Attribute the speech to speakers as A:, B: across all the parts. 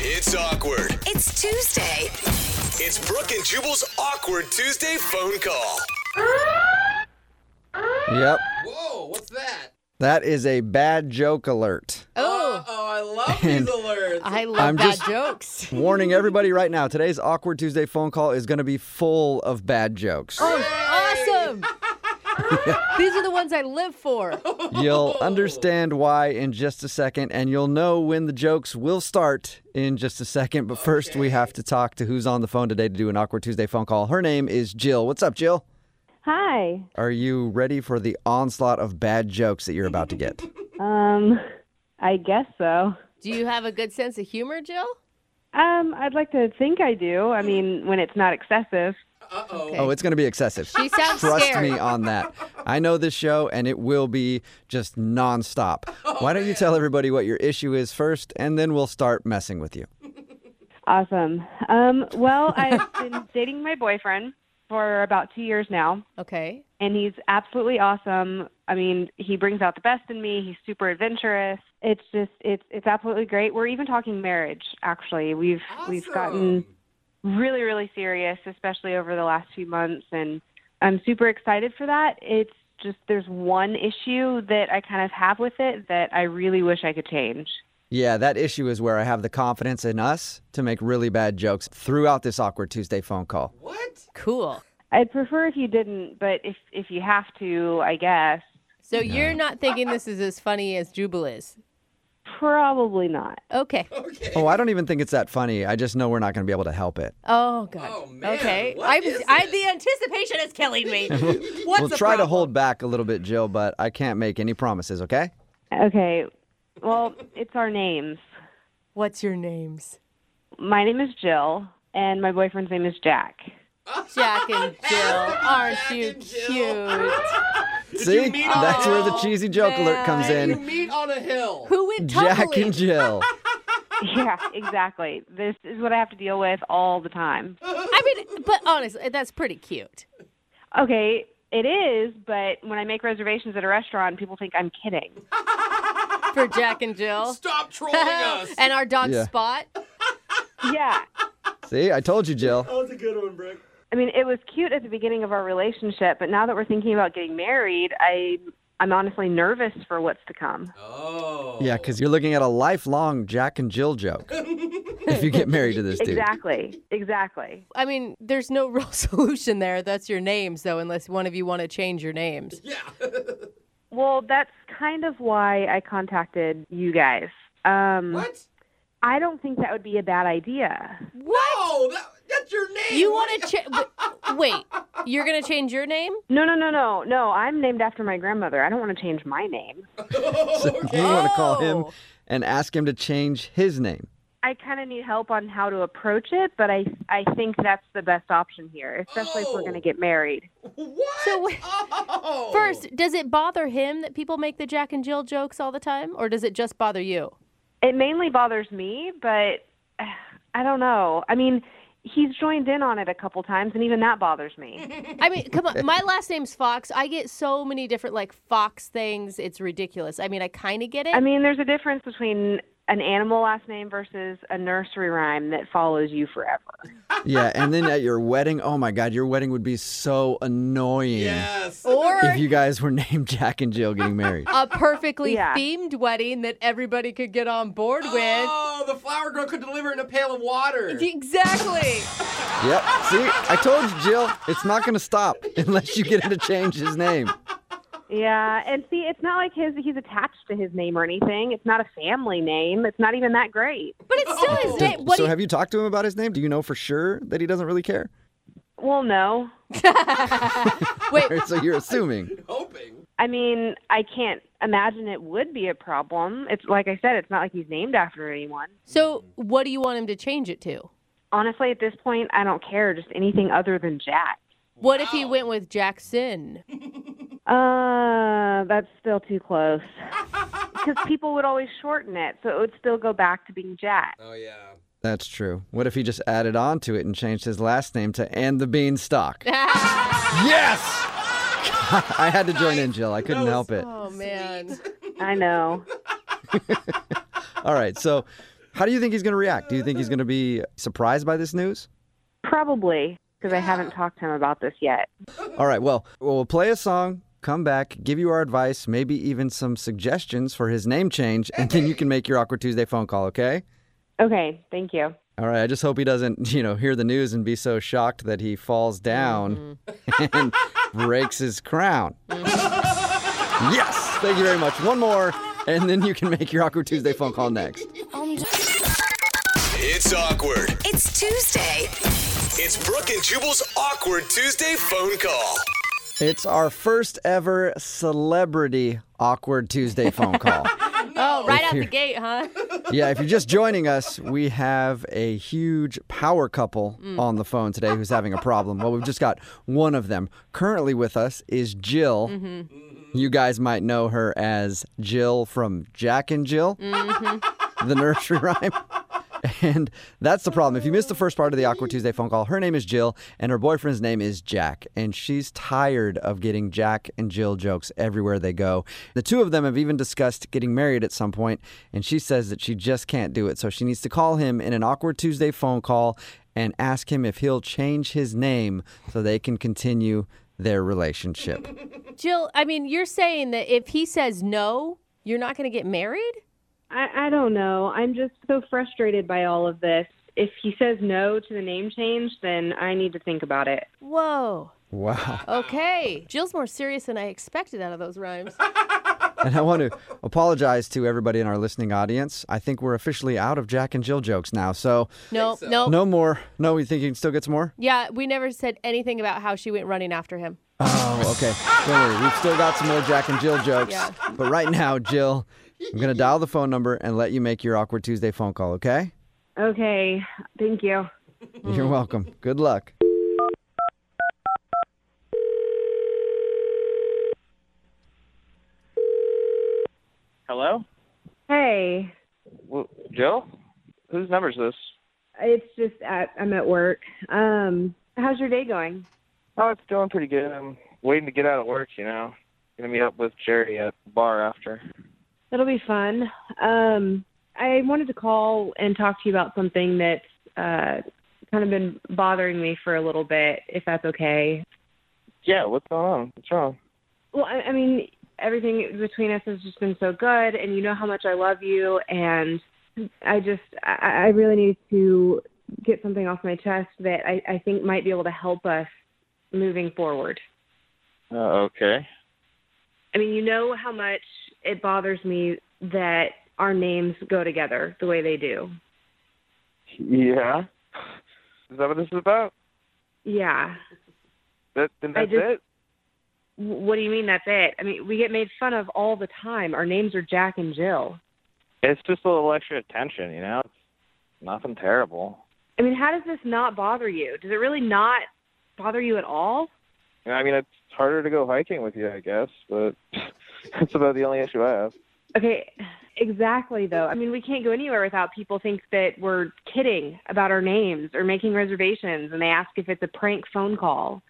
A: It's awkward.
B: It's Tuesday.
A: It's Brooke and Jubal's awkward Tuesday phone call.
C: Yep.
D: Whoa, Oh, what's that?
C: That is a bad joke alert.
D: Oh, I love
C: And
D: these alerts.
E: I love
C: I'm
E: bad
C: just-
E: jokes.
C: Warning everybody right now today's Awkward Tuesday phone call is going to be full of bad jokes.
E: Awesome. These are the ones I live for.
C: You'll understand why in just a second, and you'll know when the jokes will start in just a second. But first, we have to talk to who's on the phone today to do an Awkward Tuesday phone call. Her name is Jill. What's up, Jill?
F: Hi.
C: Are you ready for the onslaught of bad jokes that you're about to get?
F: Um, I guess so.
E: Do you have a good sense of humor, Jill?
F: Um, I'd like to think I do. I mean, when it's not excessive.
C: Oh, it's going to be excessive.
E: She sounds
C: Trust
E: scared.
C: me on that. I know this show, and it will be just nonstop. Why don't you tell everybody what your issue is first, and then we'll start messing with you.
F: Awesome. Um, well, I've been dating my boyfriend for about two years now,
E: Okay.
F: and he's absolutely awesome. I mean, he brings out the best in me. He's super adventurous. It's just, it's, it's absolutely great. We're even talking marriage. Actually, we've, we've gotten really, really serious, especially over the last few months. And I'm super excited for that. It's just there's one issue that I kind of have with it that I really wish I could change.
C: Yeah, that issue is where I have the confidence in us to make really bad jokes throughout this Awkward Tuesday phone call.
D: What?
E: Cool.
F: I'd prefer if you didn't, but if if you have to, I guess
E: So you're not thinking this is as funny as Jubal is.
F: probably not.
E: Okay.
C: Oh, I don't even think it's that funny. I just know we're not going to be able to help it.
E: Oh God.
D: Oh, man.
E: Okay.
D: What
E: I'm.
D: is
E: I,
D: it?
E: the anticipation is killing me. What's
C: we'll
E: the
C: try to
E: problem?
C: hold back a little bit, Jill, but I can't make any promises, okay?
F: Okay. Well, it's our names.
E: What's your names?
F: My name is Jill, and my boyfriend's name is Jack.
E: Jack and Jill. Aren't you
D: and Jill.
E: cute?
C: See?
D: mean-
C: That's where the
E: Oh,
C: cheesy joke alert comes
E: man.
D: You
C: in.
D: meet on a hill.
E: Who would totally?
C: Jack and Jill.
F: Yeah, exactly. This is what I have to deal with all the time.
E: I mean, but honestly, that's pretty cute.
F: Okay, it is, but when I make reservations at a restaurant, people think I'm kidding.
E: For Jack and Jill.
D: Stop trolling us.
E: and our dog
C: Yeah.
E: Spot.
F: Yeah.
C: See? I told you, Jill.
D: was a good one, Brooke.
F: I mean, it was cute at the beginning of our relationship, but now that we're thinking about getting married, I I'm honestly nervous for what's to come.
D: Oh.
C: Yeah, because you're looking at a lifelong Jack and Jill joke if you get married to this dude.
F: Exactly. Exactly.
E: I mean, there's no real solution there. That's your names, though, unless one of you want to change your names.
D: Yeah.
F: Well, that's kind of why I contacted you guys. Um
D: what?
F: I don't think that would be a bad idea.
D: What? No, that, that's your name.
E: You
D: What
E: want to cha- wait? You're gonna change your name?
F: No, no, no, no. No, I'm named after my grandmother. I don't want to change my name.
C: So you want to call him
E: Oh.
C: and ask him to change his name.
F: I kind of need help on how to approach it, but I I think that's the best option here, especially if
D: Oh.
F: we're going to get married.
D: What?
E: So wait-
D: oh.
E: First, does it bother him that people make the Jack and Jill jokes all the time, or does it just bother you?
F: It mainly bothers me, but uh, I don't know. I mean, he's joined in on it a couple times, and even that bothers me.
E: I mean, come on. My last name's Fox. I get so many different like Fox things. It's ridiculous. I mean, I kind of get it.
F: I mean, there's a difference between an animal last name versus a nursery rhyme that follows you forever.
C: Yeah, and then at your wedding, oh my God, your wedding would be so annoying
D: Yes.
E: or
C: if you guys were named Jack and Jill getting married.
E: a perfectly
F: Yeah.
E: themed wedding that everybody could get on board with.
D: Oh, the flower girl could deliver in a pail of water.
E: Exactly.
C: Yep. See, I told you, Jill, it's not going to stop unless you get him to change his name.
F: Yeah, and see, it's not like his he's attached to his name or anything. It's not a family name. It's not even that great.
E: But it's still his name.
C: so,
E: What do you-
C: have you talked to him about his name? Do you know for sure that he doesn't really care?
F: Well, no.
E: wait,
C: So, you're assuming.
D: Hoping.
F: I mean, I can't imagine it would be a problem. It's like I said, it's not like he's named after anyone.
E: so what do you want him to change it to?
F: Honestly, at this point, I don't care. Just anything other than Jack.
E: What if he went with Jackson?
F: Uh, that's still too close. Because people would always shorten it, so it would still go back to being Jack.
D: Oh, yeah.
C: That's true. What if he just added on to it and changed his last name to And the Beanstalk? yes! I had to join in, Jill. I couldn't help it.
E: Oh man.
F: I know.
C: All right, so How do you think he's going to react? Do you think he's going to be surprised by this news?
F: Probably because I haven't talked to him about this yet.
C: All right, well, we'll play a song, come back, give you our advice, maybe even some suggestions for his name change, and then you can make your Awkward Tuesday phone call, okay?
F: Okay, thank you.
C: All right, I just hope he doesn't, you know, hear the news and be so shocked that he falls down and breaks his crown. yes, thank you very much. One more, and then you can make your Awkward Tuesday phone call next.
A: It's awkward.
B: It's Tuesday.
A: It's Brooke and Jubal's awkward Tuesday phone call.
C: It's our first ever celebrity Awkward Tuesday phone call.
E: Oh, right out the gate, huh?
C: yeah, if you're just joining us, we have a huge power couple on the phone today who's having a problem. Well, we've just got one of them. Currently with us is Jill. You guys might know her as Jill from Jack and Jill, the nursery rhyme. And that's the problem. If you missed the first part of the Awkward Tuesday phone call, her name is Jill and her boyfriend's name is Jack. And she's tired of getting Jack and Jill jokes everywhere they go. The two of them have even discussed getting married at some point, and she says that she just can't do it. So she needs to call him in an Awkward Tuesday phone call and ask him if he'll change his name so they can continue their relationship.
E: Jill, I mean, you're saying that if he says no, you're not going to get married?
F: I, I don't know. I'm just so frustrated by all of this. If he says no to the name change, then I need to think about it.
E: Whoa.
C: Wow.
E: Okay. Jill's more serious than I expected out of those rhymes.
C: And I want to apologize to everybody in our listening audience. I think we're officially out of Jack and Jill jokes now. So
E: No, no.
C: no more. No, you think you can still get some more?
E: Yeah, we never said anything about how she went running after him.
C: Oh, okay. Don't worry. We've still got some more Jack and Jill jokes.
E: Yeah.
C: But right now, Jill, I'm going to dial the phone number and let you make your Awkward Tuesday phone call, okay?
F: Okay, thank you.
C: You're welcome. Good luck.
G: Hello?
F: Hey,
G: W- Joe? Whose number is this?
F: it's just at, I'm at work. Um, how's your day going?
G: Oh, it's doing pretty good. I'm waiting to get out of work, you know. Gonna meet up with Jerry at the bar after.
F: It'll be fun. Um, I wanted to call and talk to you about something that's uh, kind of been bothering me for a little bit, if that's okay.
G: Yeah, what's going on? What's wrong?
F: Well, I, I mean, everything between us has just been so good, and you know how much I love you, and I just, I, I really need to get something off my chest that I, I think might be able to help us moving forward.
G: Oh, okay.
F: I mean, you know how much it bothers me that our names go together the way they do.
G: Yeah. Is that what this is about?
F: Yeah.
G: That then
F: I
G: that's
F: just-
G: it?
F: W- What do you mean that's it? I mean, we get made fun of all the time. Our names are Jack and Jill.
G: It's just a little extra attention, you know? It's nothing terrible.
F: I mean, how does this not bother you? Does it really not bother you at all?
G: You know, I mean it's harder to go hiking with you, I guess, but that's about the only issue I have.
F: Okay, exactly though. I mean, we can't go anywhere without people think that we're kidding about our names or making reservations and they ask if it's a prank phone call.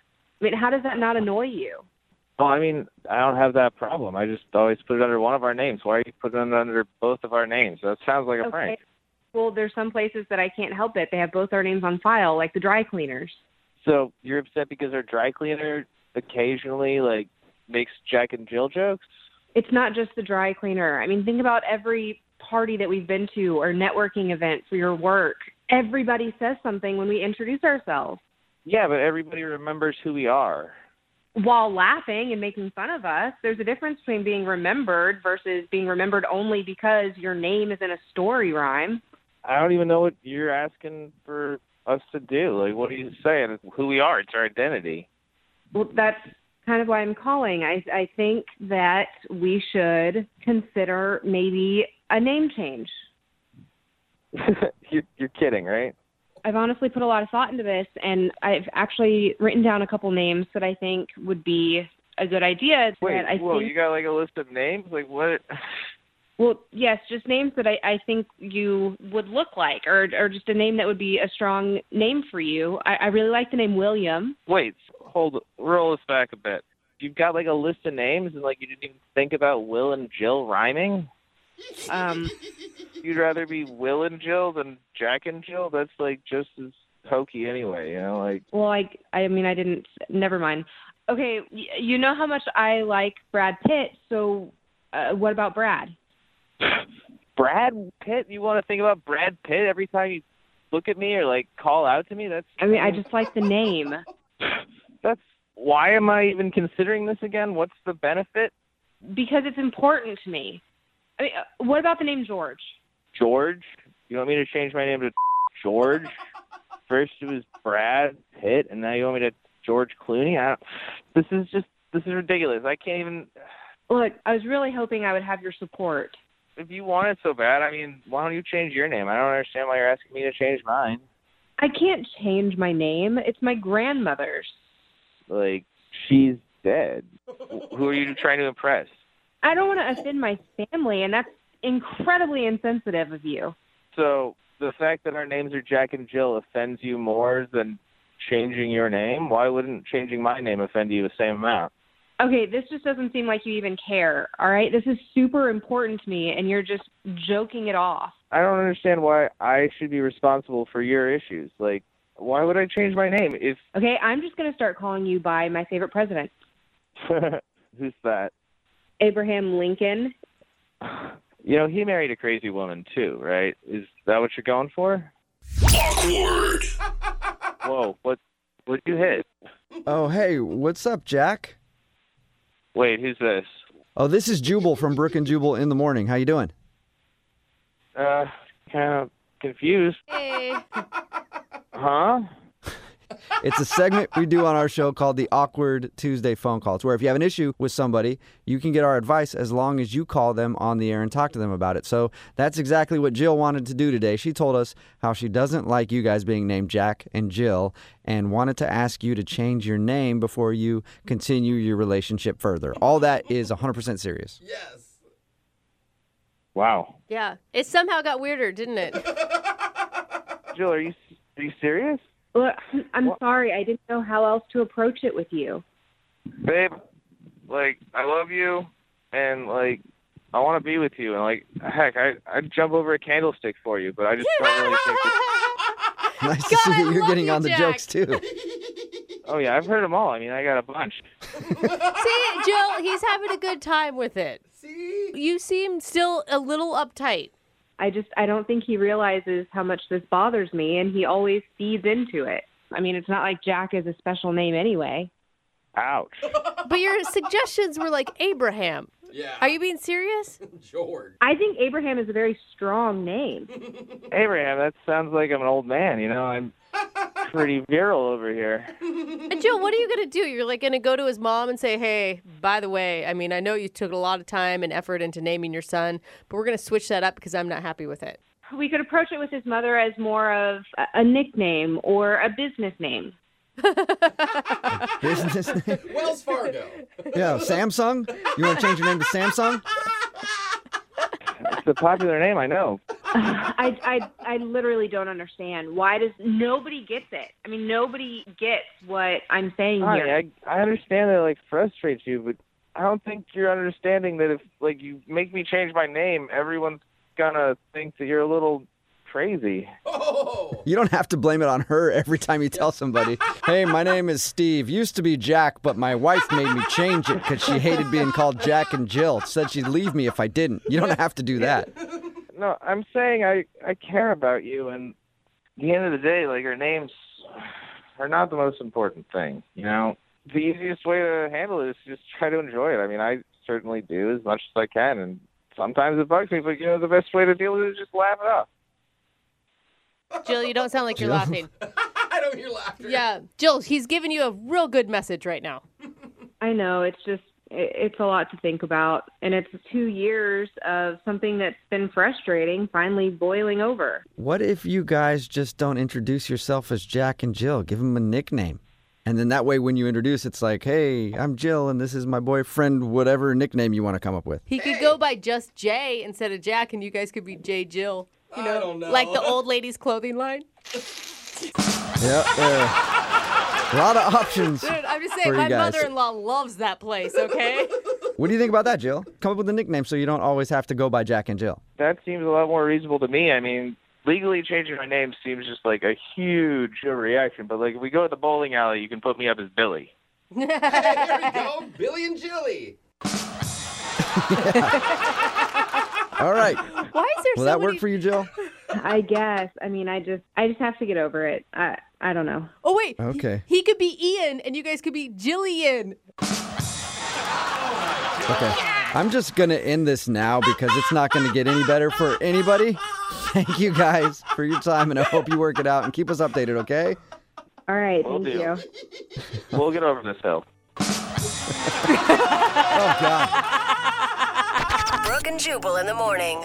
F: I mean, how does that not annoy you?
G: Well, I mean, I don't have that problem. I just always put it under one of our names. Why are you putting it under both of our names? That sounds like a
F: Okay.
G: prank.
F: Well, there's some places that I can't help it. They have both our names on file, like the dry cleaners.
G: So you're upset because our dry cleaner occasionally like makes Jack and Jill jokes?
F: It's not just the dry cleaner. I mean, think about every party that we've been to or networking event for your work. Everybody says something when we introduce ourselves
G: Yeah, but everybody remembers who we are.
F: while laughing and making fun of us. There's a difference between being remembered versus being remembered only because your name is in a story rhyme.
G: I don't even know what you're asking for us to do. Like, what are you saying? It's who we are. It's our identity.
F: Well, that's kind of why I'm calling. I, I think that we should consider maybe a name change.
G: you're, you're kidding, right?
F: I've honestly put a lot of thought into this, and I've actually written down a couple names that I think would be a good idea.
G: Wait,
F: that I
G: whoa,
F: think,
G: you got like a list of names? Like, what?
F: well, yes, just names that I, I think you would look like, or or just a name that would be a strong name for you. I, I really like the name William.
G: Wait, hold, roll us back a bit. You've got like a list of names, and like you didn't even think about Will and Jill rhyming.
F: Um,
G: You'd rather be Will and Jill than Jack and Jill? That's like just as hokey anyway, you know, like
F: well, I, I mean, I didn't. Never mind. Okay, y- you know how much I like Brad Pitt, so uh, what about Brad?
G: Brad Pitt, you want to think about Brad Pitt every time you look at me or like call out to me? That's
F: I mean, I just like the name.
G: that's why am I even considering this again? What's the benefit?
F: because it's important to me. I mean, uh, what about the name George?
G: George? You want me to change my name to George? First it was Brad Pitt, and now you want me to George Clooney? I don't, this is just this is ridiculous. I can't even.
F: Look, I was really hoping I would have your support.
G: If you want it so bad, I mean, why don't you change your name? I don't understand why you're asking me to change mine.
F: I can't change my name. It's my grandmother's.
G: Like she's dead. Who are you trying to impress?
F: I don't want to offend my family, and that's incredibly insensitive of you.
G: So the fact that our names are Jack and Jill offends you more than changing your name? Why wouldn't changing my name offend you the same amount?
F: Okay, this just doesn't seem like you even care, all right? This is super important to me, and you're just joking it off.
G: I don't understand why I should be responsible for your issues. Like, why would I change my name if
F: Okay, I'm just going to start calling you by my favorite president,
G: who's that?
F: Abraham Lincoln.
G: You know, he married a crazy woman too, right? Is that what you're going for?
A: Awkward.
G: Whoa, what what you hit?
C: Oh, hey, what's up, Jack?
G: Wait, who's this?
C: Oh, this is Jubal from Brook and Jubal in the morning. How you doing?
G: Uh kind of confused.
E: Hey.
G: Huh?
C: It's a segment we do on our show called the Awkward Tuesday Phone Calls, where if you have an issue with somebody, you can get our advice as long as you call them on the air and talk to them about it. So that's exactly what Jill wanted to do today. She told us how she doesn't like you guys being named Jack and Jill and wanted to ask you to change your name before you continue your relationship further. All that is 100% serious.
D: Yes.
G: Wow.
E: Yeah. It somehow got weirder, didn't it?
G: Jill, are you are you serious?
F: Look, I'm- I'm
G: What?
F: sorry. I didn't know how else to approach it with you.
G: Babe, like I love you and like I want to be with you and like heck, I I'd jump over a candlestick for you, but I just don't really think that
C: Nice to
E: God,
C: see
E: I
C: that you're
E: love
C: getting
E: you,
C: on the
E: Jack.
C: jokes too.
G: Oh yeah, I've heard them all. I mean, I got a bunch.
E: See, Jill, he's having a good time with it.
D: See?
E: You seem still a little uptight.
F: I just I don't think he realizes how much this bothers me, and he always feeds into it. I mean, it's not like Jack is a special name anyway.
G: Ouch.
E: But your suggestions were like Abraham.
D: Yeah.
E: Are you being serious?
D: George?
F: I think Abraham is a very strong name.
G: Abraham, that sounds like I'm an old man. You know, I'm pretty virile over here.
E: And Jill, what are you going to do? You're like going to go to his mom and say, hey, by the way, I mean, I know you took a lot of time and effort into naming your son, but we're going to switch that up because I'm not happy with it.
F: We could approach it with his mother as more of a- a nickname or a business name.
C: Business name?
D: Wells Fargo.
C: Yeah, Samsung? You want to change your name to Samsung?
G: It's a popular name, I know.
F: I, I I literally don't understand why does nobody gets it? I mean, nobody gets what I'm saying
G: Honey,
F: here.
G: I I understand that it, like frustrates you, but I don't think you're understanding that if like you make me change my name, everyone's gonna think that you're a little crazy.
D: Oh.
C: You don't have to blame it on her every time you tell somebody, hey, my name is Steve. Used to be Jack, but my wife made me change it because she hated being called Jack and Jill. Said she'd leave me if I didn't. You don't have to do that.
G: No, I'm saying I I care about you, and at the end of the day, like our names are not the most important thing. You know, the easiest way to handle it is just try to enjoy it. I mean, I certainly do as much as I can, and sometimes it bugs me, but you know, the best way to deal with it is just laugh it up.
E: Jill, you don't sound like you're
C: Jill?
E: laughing.
D: I don't hear laughter.
E: Yeah. Jill, he's giving you a real good message right now.
F: I know it's just it- it's a lot to think about, and it's two years of something that's been frustrating finally boiling over.
C: What if you guys just don't introduce yourself as Jack and Jill? Give them a nickname. And then that way, when you introduce, it's like, hey, I'm Jill, and this is my boyfriend, whatever nickname you want to come up with.
E: He could go by just Jay instead of Jack, and you guys could be Jay Jill. You know,
D: I don't know.
E: like the old ladies' clothing line.
C: Yeah. yeah. a lot of options.
E: Dude, I'm just
C: For
E: saying,
C: you
E: my
C: guys.
E: mother-in-law loves that place. Okay,
C: What do you think about that, Jill? Come up with a nickname so you don't always have to go by Jack and Jill.
G: That seems a lot more reasonable to me. I mean, legally changing my name seems just like a huge overreaction. But like, if we go to the bowling alley, you can put me up as Billy.
D: there we go. Billy and Jilly.
C: All right.
E: Why is there
C: Will
E: so
C: that
E: many?
C: work for you, Jill?
F: I guess. I mean, I just I just have to get over it. I I don't know.
E: oh wait. he-
C: Okay.
E: He, could be Ian, and you guys could be Jillian.
C: Okay. I'm just going to end this now because it's not going to get any better for anybody. Thank you guys for your time, and I hope you work it out and keep us updated, okay?
F: All right,
G: Will
F: thank
G: do.
F: you.
G: We'll get over this hill.
C: Oh, God.
B: Brooke and Jubal in the morning.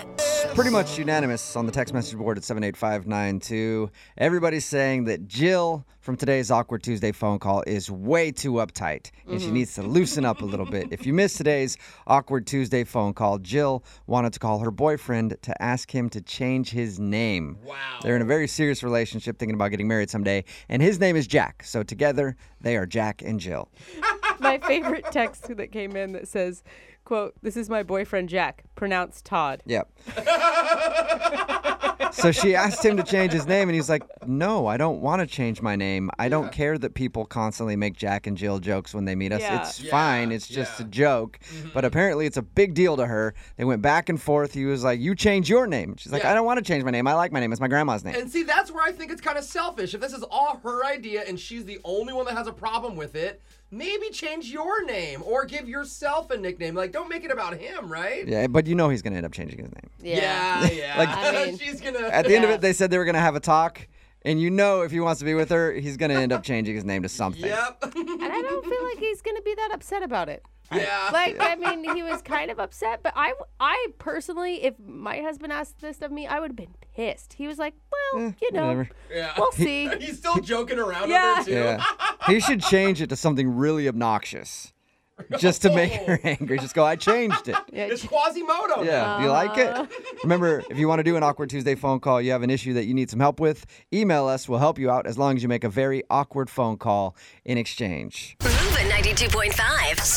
C: Pretty much unanimous on the text message board at 78592. Everybody's saying that Jill from today's Awkward Tuesday phone call is way too uptight and she needs to loosen up a little bit. If you missed today's Awkward Tuesday phone call, Jill wanted to call her boyfriend to ask him to change his name.
D: Wow.
C: They're in a very serious relationship, thinking about getting married someday, and his name is Jack. So together, they are Jack and Jill.
E: My favorite text that came in that says, "quote This is my boyfriend Jack, pronounced Todd."
C: Yep. so she asked him to change his name, and he's like, No, I don't want to change my name. I don't care that people constantly make Jack and Jill jokes when they meet us.
E: Yeah.
C: It's fine,
D: Yeah,
C: it's just a
D: yeah. Mm-hmm.
C: joke. But apparently, it's a big deal to her. They went back and forth. He was like, You change your name. She's like,
D: Yeah.
C: I don't want to change my name. I like my name. It's my grandma's name.
D: And see, that's where I think it's kind of selfish. If this is all her idea and she's the only one that has a problem with it, maybe change your name or give yourself a nickname. Like, don't make it about him, right?
C: yeah, but you know he's going to end up changing his name.
D: Yeah, yeah.
C: Like-
E: I mean-
D: she's gonna.
C: At the end of
E: Yeah.
C: it, they said they were going to have a talk. And you know, if he wants to be with her, he's going to end up changing his name to something.
D: Yep.
E: And I don't feel like he's going to be that upset about it.
D: yeah.
E: Like, I mean, he was kind of upset, but I, I personally, if my husband asked this of me, I would have been pissed. He was like, well, you know,
C: Eh, whatever.
D: yeah.
E: we'll see.
D: He's still joking around
E: Yeah.
D: with her too.
C: Yeah. he should change it to something really obnoxious just to make her angry. Just go, I changed it.
E: Yeah,
D: It's Quasimodo.
C: Yeah. Do you like it? Remember, if you want to do an Awkward Tuesday phone call, you have an issue that you need some help with, email us. We'll help you out as long as you make a very awkward phone call in exchange.
B: Move at 92.5.